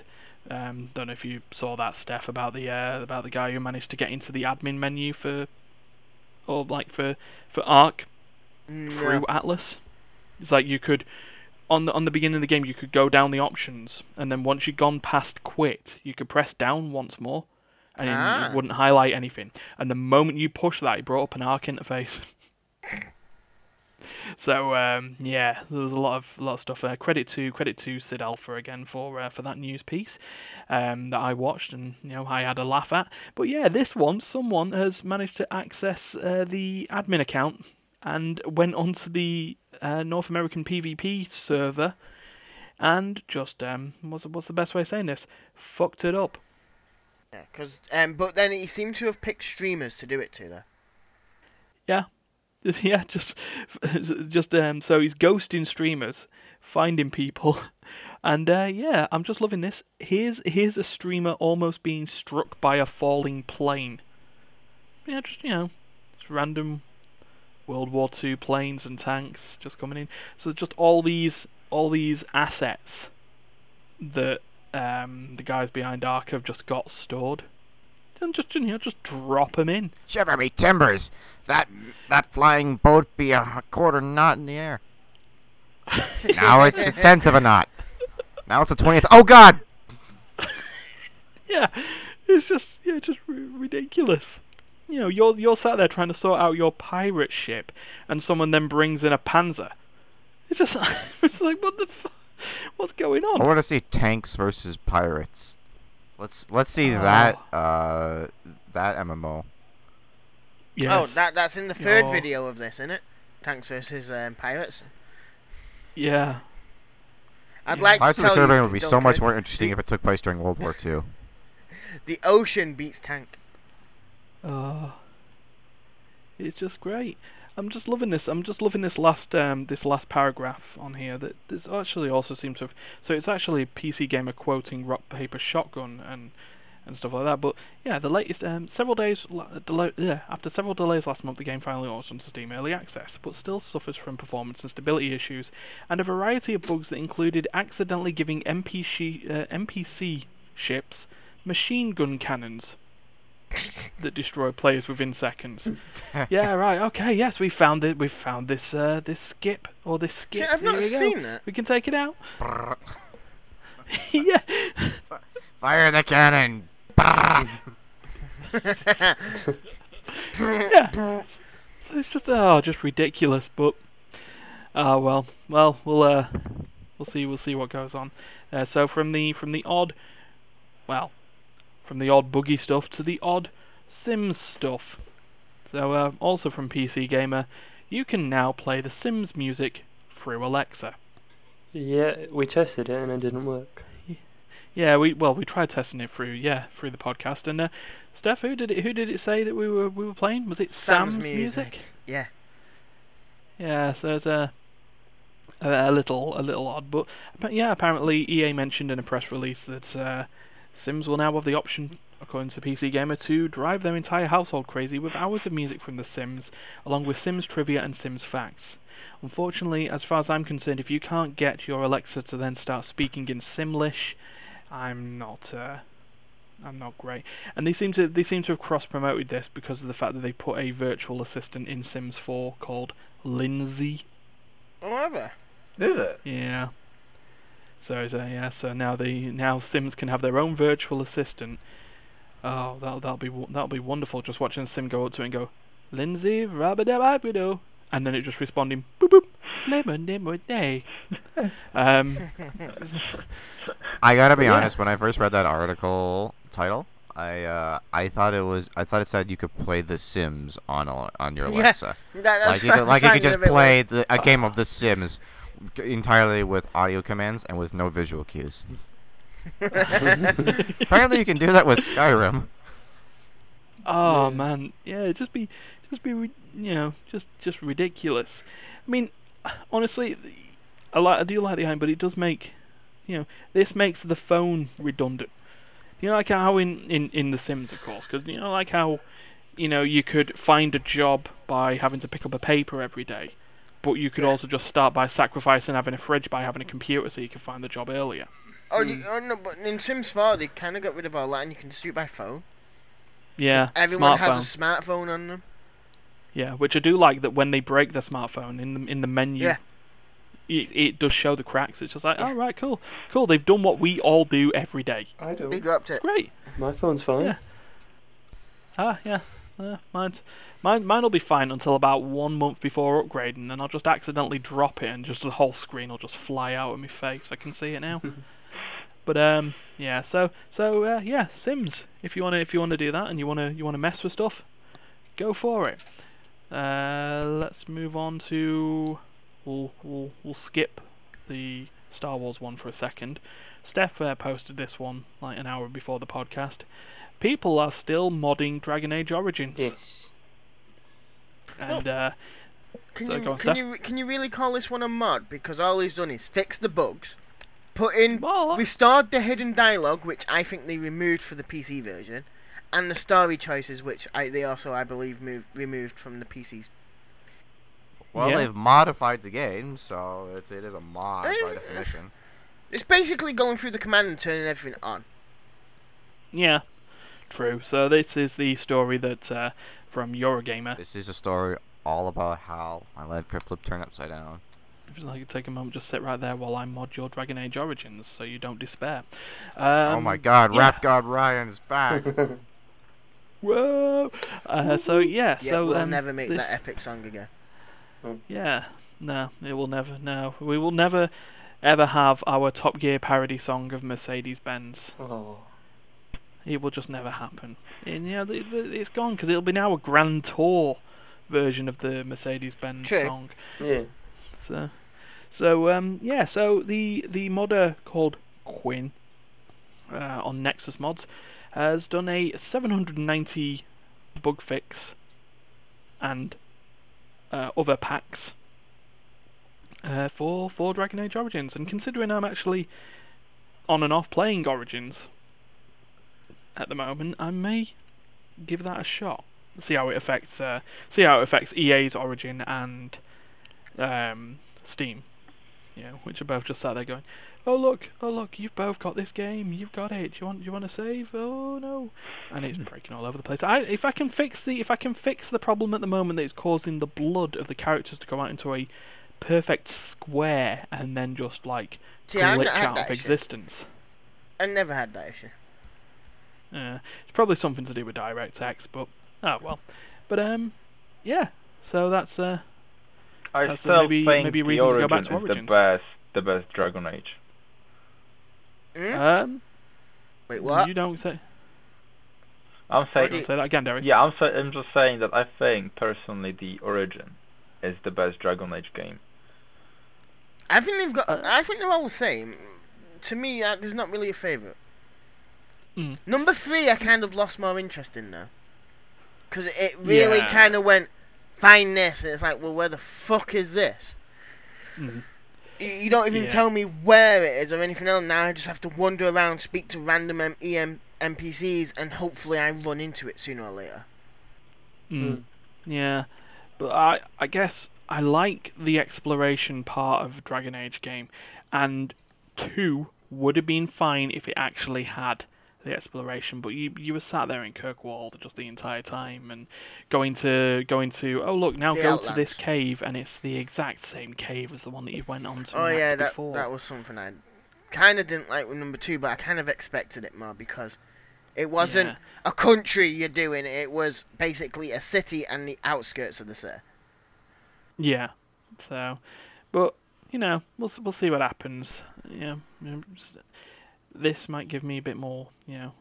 Um, don't know if you saw that Steph about the uh, about the guy who managed to get into the admin menu for, or like for for Ark No. Mm, through Atlas. It's like you could on the on the beginning of the game, you could go down the options, and then once you'd gone past quit, you could press down once more, and Ah. it wouldn't highlight anything. And the moment you push that, it brought up an arc interface. so um, yeah, there was a lot of lot of stuff. Uh, credit to credit to Sid Alpha again for uh, for that news piece um, that I watched, and you know I had a laugh at. But yeah, this one, someone has managed to access uh, the admin account and went onto the uh, North American PvP server and just um, what's what's the best way of saying this? Fucked it up. Yeah, 'cause um, but then he seemed to have picked streamers to do it to though. yeah, just just um. So he's ghosting streamers, finding people, and uh, yeah, I'm just loving this. Here's here's a streamer almost being struck by a falling plane. Yeah, just you know, just random World War Two planes and tanks just coming in. So just all these all these assets that um the guys behind Ark have just got stored, and just you know just drop them in. Chevrolet Timbers! That that flying boat be a quarter knot in the air. now it's a tenth of a knot. Now it's a twentieth. Oh God! yeah, it's just yeah, just r- ridiculous. You know, you're you're sat there trying to sort out your pirate ship, and someone then brings in a Panzer. It's just it's like what the fu- what's going I on? want to see tanks versus pirates. Let's let's see Oh. that uh that MMO. Yes, Oh, that that's in the third Your- video of this, isn't it? Tanks versus um, pirates. yeah, I'd Yeah. like Pirates to of the tell Caribbean you, would be so much Duncan, more interesting if it took place during World War II. The ocean beats tank. oh, it's just great. I'm just loving this. I'm just loving this last um this last paragraph on here that this actually also seems to have. So it's actually PC Gamer quoting Rock Paper Shotgun and and stuff like that. But yeah, the latest um, several days la- delo- yeah, after several delays last month, the game finally launched onto Steam Early Access, but still suffers from performance and stability issues, and a variety of bugs that included accidentally giving NPC uh, NPC ships machine gun cannons that destroy players within seconds. yeah, right. Okay. Yes, we found it. We found this uh, this skip or this skip. See, I've not seen that. We can take it out. yeah. Fire the cannon! yeah. So It's just oh, just ridiculous. But ah, well, well, we'll uh, we'll see, we'll see what goes on. Uh, so from the from the odd, well, from the odd boogie stuff to the odd Sims stuff. So uh, also from PC Gamer, you can now play the Sims music through Alexa. Yeah, we tested it and it didn't work. Yeah, we well we tried testing it through yeah through the podcast and uh, Steph, who did it who did it say that we were we were playing? Was it Sam's, Sam's music. music? Yeah. Yeah, so it's a, a a little a little odd, but but yeah, apparently EA mentioned in a press release that uh, Sims will now have the option, according to PC Gamer, to drive their entire household crazy with hours of music from The Sims, along with Sims trivia and Sims facts. Unfortunately, as far as I'm concerned, if you can't get your Alexa to then start speaking in Simlish, I'm not. Uh, I'm not great, and they seem to they seem to have cross promoted this because of the fact that they put a virtual assistant in Sims 4 called Lindsay. However, Is it? Yeah. So so yeah, so now the now Sims can have their own virtual assistant. Oh, that'll that'll be wo- that'll be wonderful. Just watching a Sim go up to it and go, Lindsay, rabba and then it just responding, boop boop, lemon lemon day. Um, I gotta be Yeah. honest. When I first read that article title, I uh, I thought it was I thought it said you could play The Sims on a, on your Yeah, Alexa. that, that's like you could, like you could kind of just a bit play the, a game of The Sims g- entirely with audio commands and with no visual cues. Apparently, you can do that with Skyrim. Oh Yeah. man, yeah, it'd just be, just be, ri- you know, just just ridiculous. I mean, honestly, the- I like I do like the iron, but it does make, you know, this makes the phone redundant. You know, like how in in in The Sims, of course, because you know, like how, you know, you could find a job by having to pick up a paper every day, but you could Yeah. also just start by sacrificing having a fridge by having a computer, so you could find the job earlier. Oh, you, oh no, but in Sims 4 they kind of got rid of all that, and you can just do it by phone. Yeah, Everyone smartphone. has a smartphone on them. Yeah, which I do like that when they break their smartphone in the in the menu, Yeah. it, it does show the cracks. It's just like, all right, cool, cool. They've done what we all do every day. They I don't. dropped It's it. great. My phone's fine. Yeah. Ah, yeah. Uh, mine's, mine, mine'll be fine until about one month before upgrading, and I'll just accidentally drop it, and just the whole screen will just fly out of my face. I can see it now. but um, yeah. So so uh, yeah, Sims. If you wanna if you wanna do that, and you wanna you wanna mess with stuff, go for it. Uh, let's move on to we'll we'll we'll skip the Star Wars one for a second. Steph uh, posted this one like an hour before the podcast. People are still modding Dragon Age Origins, Yes. and uh, Can So you go on, can Steph. you can you really call this one a mod? Because all he's done is fix the bugs, put in well, restored the hidden dialogue, which I think they removed for the PC version, and the story choices, which I, they also I believe moved removed from the PCs. Well, Yeah. they've modified the game, so it's, it is a mod by Eh. definition. It's basically going through the command and turning everything on. yeah, true. So this is the story that uh, from Eurogamer. This is a story all about how my life got flipped turned upside down. If you'd like to take a moment, just sit right there while I mod your Dragon Age Origins, so you don't despair. Um, oh my god, yeah. Rap God Ryan is back. Whoa! Uh, so yeah, Yeah, so we'll um, never make this- that epic song again. Yeah, no, it will never. No, we will never, ever have our Top Gear parody song of Mercedes Benz. oh. It will just never happen. And you know, the, the, it's gone because it'll be now a Grand Tour version of the Mercedes Benz True. song. Yeah. So, so um, yeah. So the the modder called Quinn uh, on Nexus Mods has done a 790 bug fix and uh, other packs uh, for for Dragon Age Origins. And considering I'm actually on and off playing Origins at the moment, I may give that a shot. See how it affects. Uh, see how it affects EA's Origin and um, Steam, you know, which are both just sat there going, "Oh look, oh look, you've both got this game, you've got it. Do you want, do you want to save? Oh no!" And it's breaking all over the place. I, if I can fix the, if I can fix the problem at the moment that is causing the blood of the characters to go out into a perfect square and then just like See, I, glitch I had out of that issue. existence. I never had that issue. Uh, it's probably something to do with DirectX, but oh well. But um, yeah. So that's uh, I That's still maybe- think maybe the reason to go back Origin to is Origins. the best, the best Dragon Age. Hmm? um, Wait, what? you don't say, I'm What saying, do don't say that again, Derek. yeah, I'm sa- I'm just saying that I think personally the Origin is the best Dragon Age game. I think they've got. Uh, I think they're all the same. To me, uh, there's not really a favourite. Mm. Number three, I kind of lost more interest in though, because it really Yeah. kind of went find this, and it's like, well, where the fuck is this? Mhm. You, you don't even Yeah. tell me where it is or anything else. Now I just have to wander around, speak to random M- EM NPCs, and hopefully I run into it sooner or later. Mm. Yeah, but I I guess I like the exploration part of a Dragon Age game, and two would have been fine if it actually had the exploration. But you you were sat there in Kirkwall just the entire time and going to going to oh look now The go to this Outlands. cave and it's the exact same cave as the one that you went on to Oh an yeah, act that before. that was something I kind of didn't like with number two, but I kind of expected it more because it wasn't Yeah. a country you're doing. It was basically a city and the outskirts of the city. Yeah. So, but you know, we'll s- we'll see what happens. Yeah, mm, s- this might give me a bit more, you know,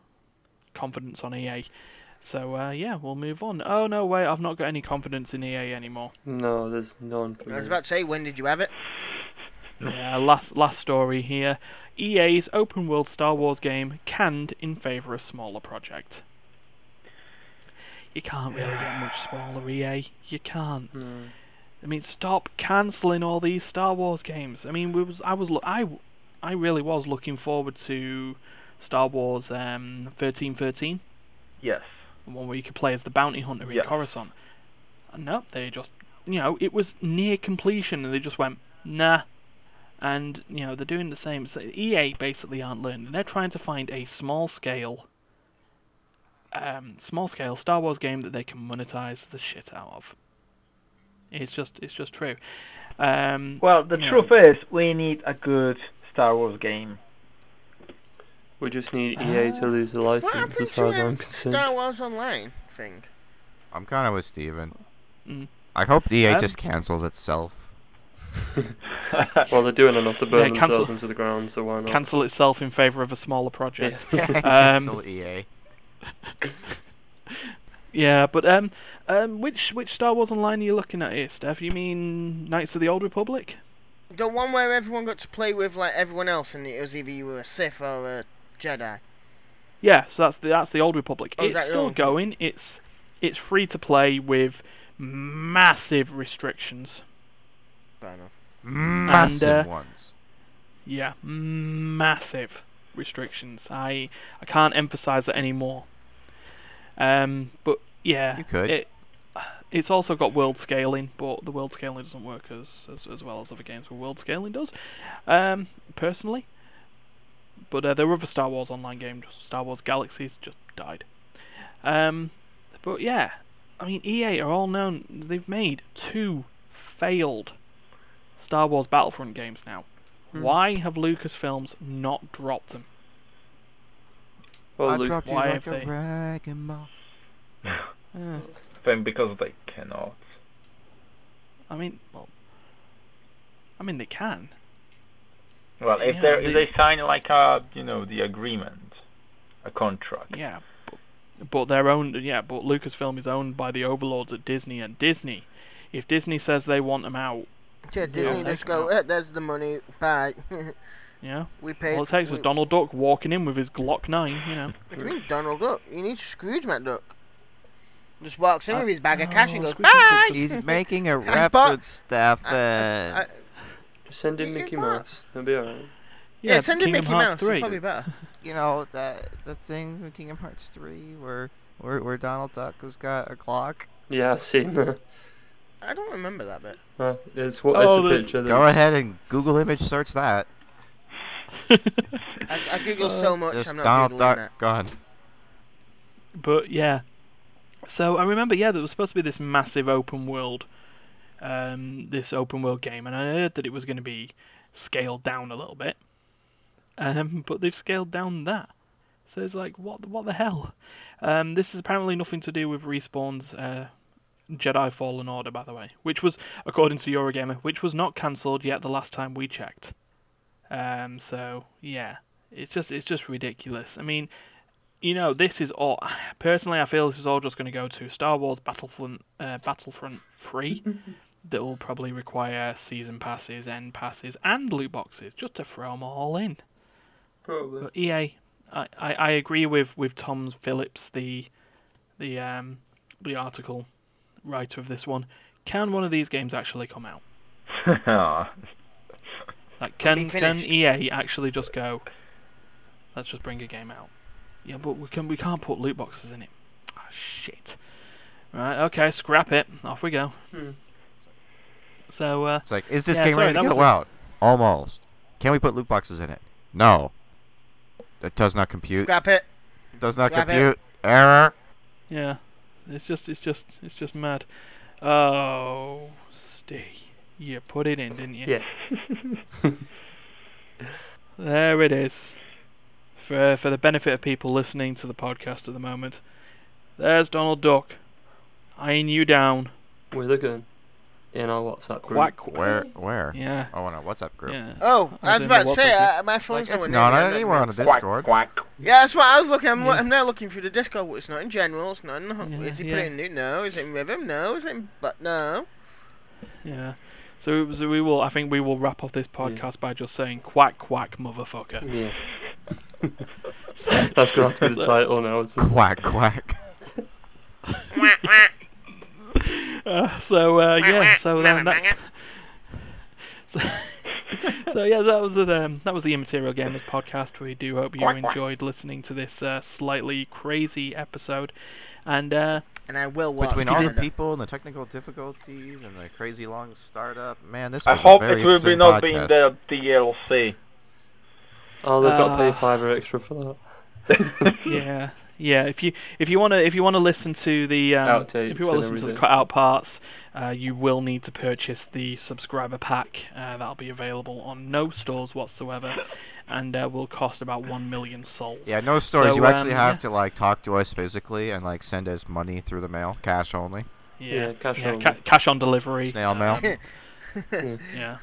confidence on EA. So uh, yeah, we'll move on. Oh no, wait, I've not got any confidence in EA anymore. No, there's none for I was me. about to say, when did you have it? yeah, last last story here. EA's open world Star Wars game canned in favour of smaller project. You can't really get much smaller, EA. You can't. No. I mean, stop cancelling all these Star Wars games. I mean, we was I was lo- I, w- I really was looking forward to Star Wars um thirteen thirteen, Yes. the one where you could play as the bounty hunter in Yeah. Coruscant. And no, they just you know it was near completion and they just went nah, and you know they're doing the same. So EA basically aren't learning. They're trying to find a small scale. Um, small scale Star Wars game that they can monetize the shit out of. It's just it's just true. Um, Well, the Yeah. truth is, we need a good Star Wars game. We just need EA to Ah. lose the What license, happened as far to as I'm um, that Star concerned. Wars Online thing? I'm kind of with Steven. Mm. I hope EA Um, just cancels itself. Well, they're doing enough to burn Yeah, cancel- themselves into the ground, so why not? cancel itself in favor of a smaller project. Yeah. Um, Cancel E EA. Yeah, but um, um, which which Star Wars Online are you looking at here, Steph? You mean Knights of the Old Republic? The one where everyone got to play with like everyone else, and it was either you were a Sith or a Jedi. Yeah, so that's the that's the Old Republic. Oh, is it's that the still old one? going. It's it's free to play with massive restrictions. Fair enough. Massive uh, ones. Yeah, massive restrictions. I I can't emphasize that anymore. Um, but yeah, You could. it it's also got world scaling, but the world scaling doesn't work as as, as well as other games where world scaling does. Um, personally, but uh, there were other Star Wars online games. Star Wars Galaxies just died. Um, but yeah, I mean EA are all known. They've made two failed Star Wars Battlefront games now. Why have Lucasfilms not dropped them? Well, I Luke, dropped you why like have a they- wrecking ball. Uh, Then because they cannot. I mean, well, I mean they can. Well, if Yeah, they if they- they sign like a you know the agreement, a contract. Yeah, but, but they're owned. Yeah, but Lucasfilm is owned by the overlords at Disney, and Disney, if Disney says they want them out, Yeah, take Disney just go. them "Eh, There's the money. Bye. yeah, we paid. all it takes is we- Donald Duck walking in with his Glock nine, you know. What do you mean Donald Duck? You need Scrooge McDuck. Just walks in Uh, with his bag of oh, no, cash and goes, Scrooge McDuck bye! He's making a I rap bought- with uh, Stefan. I- send in You- you Mickey can't. Mouse. That'll be alright. yeah, send him Kingdom Mickey Hearts Mouse. three. Probably better. you know that that thing with Kingdom Hearts three where where where Donald Duck has got a clock. Yeah, I've seen that. I don't remember that bit. Uh, it's what Oh, it's there's- a picture. Go That, ahead and Google image search that. I, I Google so much, Uh, Just I'm not Donald Googling Duck that. gun. But yeah, so I remember yeah there was supposed to be this massive open world, um, this open world game, and I heard that it was going to be scaled down a little bit, um, but they've scaled down that. So it's like what what the hell? Um, this is apparently nothing to do with respawn's uh, Jedi Fallen Order, by the way, which was according to Eurogamer, which was not cancelled yet the last time we checked. Um, so yeah, it's just it's just ridiculous. I mean, you know, this is all. Personally, I feel this is all just going to go to Star Wars Battlefront, uh, Battlefront Three. that will probably require season passes, end passes, and loot boxes just to throw them all in. probably. But EA, I, I, I agree with with Tom Phillips, the the um the article writer of this one. Can one of these games actually come out? Ah. Like, can being can finished. EA actually just go? Let's just bring a game out. Yeah, but we can we can't put loot boxes in it. Ah, shit. Right. Okay. Scrap it. Off we go. Hmm. So uh, It's like, is this Yeah, game sorry, ready that to was go a- out? Almost. Can we put loot boxes in it? No. That does not compute. Grab it. Does not grab it. compute. Error. yeah, it's just it's just it's just mad. Oh, Steve, you put it in, didn't you? Yeah. There it is. For for the benefit of people listening to the podcast at the moment, there's Donald Duck eyeing you down. With a gun. In our WhatsApp group. Quack. quack. Where? Where? Yeah. Oh, on a WhatsApp group. Yeah. Oh, I As was in about the to say, WhatsApp uh, my It's, like, phone's it's nowhere not near on the anywhere on the internet. quack Discord. quack. Yeah, that's what I was looking. I'm, Yeah. I'm now looking through the Discord. Well, it's not in general. It's not in. the- Yeah, is he yeah. putting new? No. Is it in rhythm? No. Is it in but no? Yeah. So, so we will. I think we will wrap off this podcast by just saying "quack quack, motherfucker." Yeah. So- That's gonna have to be the So- title now. It's a Quack quack. Wah, wah. uh, so uh, yeah. So then that's. So, so yeah, that was the um, that was the Immaterial Gamers podcast. We do hope you enjoyed listening to this uh, slightly crazy episode, and uh, and I will watch. Between all the Canada. people and the technical difficulties and the crazy long startup, man, this I was hope a very it will be interesting not podcast. being the DLC. Oh, they've got to Uh, pay fiver extra for that. yeah, Yeah, if you if you want to if you want to listen to the um, Outtakes if you want to and listen to the everything. cut out parts, uh, you will need to purchase the subscriber pack. Uh, that'll be available on no stores whatsoever, and uh, will cost about one million souls. Yeah, no stories. So, you actually um, have yeah. to like talk to us physically and like send us money through the mail, cash only. yeah, Yeah, cash yeah, on- ca- cash on delivery, Snail mail. um, Yeah. yeah,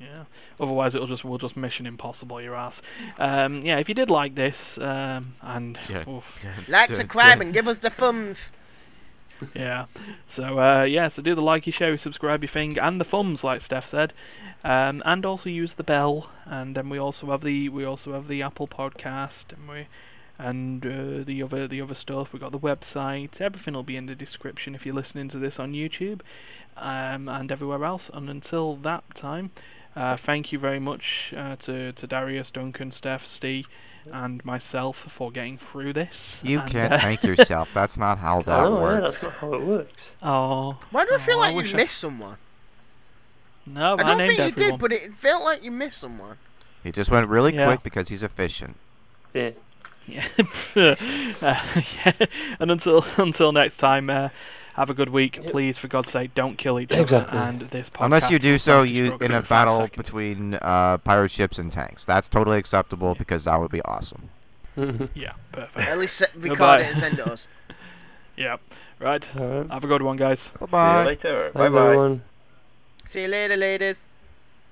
yeah. Otherwise, it'll just we'll just Mission Impossible your ass. Um, yeah, if you did like this, um, and Yeah. oof, Like, subscribe, and give us the thumbs. yeah. So uh, yeah, so do the like, you share, you subscribe, you thing, and the thumbs, like Steph said, um, and also use the bell. And then we also have the we also have the Apple Podcast, and we and uh, the other the other stuff. We have got the website. Everything will be in the description if you're listening to this on YouTube, um, and everywhere else. And until that time. Uh, thank you very much uh, to, to Darius, Duncan, Steph, Steve, and myself for getting through this. You and, can't uh, thank yourself. That's not how that oh, yeah, works. that's not how it works. oh, Why do I Oh, feel I like wish you I- missed someone? No, I I, don't named think you everyone. did, but it felt like you missed someone. He just went really Yeah. quick because he's efficient. Yeah. Yeah. Uh, yeah. And until until next time, uh, have a good week. Please, for God's sake, don't kill each other. Exactly. And this podcast Unless you do will so you self-destruct in a five battle seconds. between uh, pirate ships and tanks. That's totally acceptable because that would be awesome. All Yeah, At perfect. least se- record Goodbye. it and send it to us. yeah, right. right. Uh, Have a good one, guys. Bye bye. See you later. Bye, Bye bye. everyone. See you later, ladies.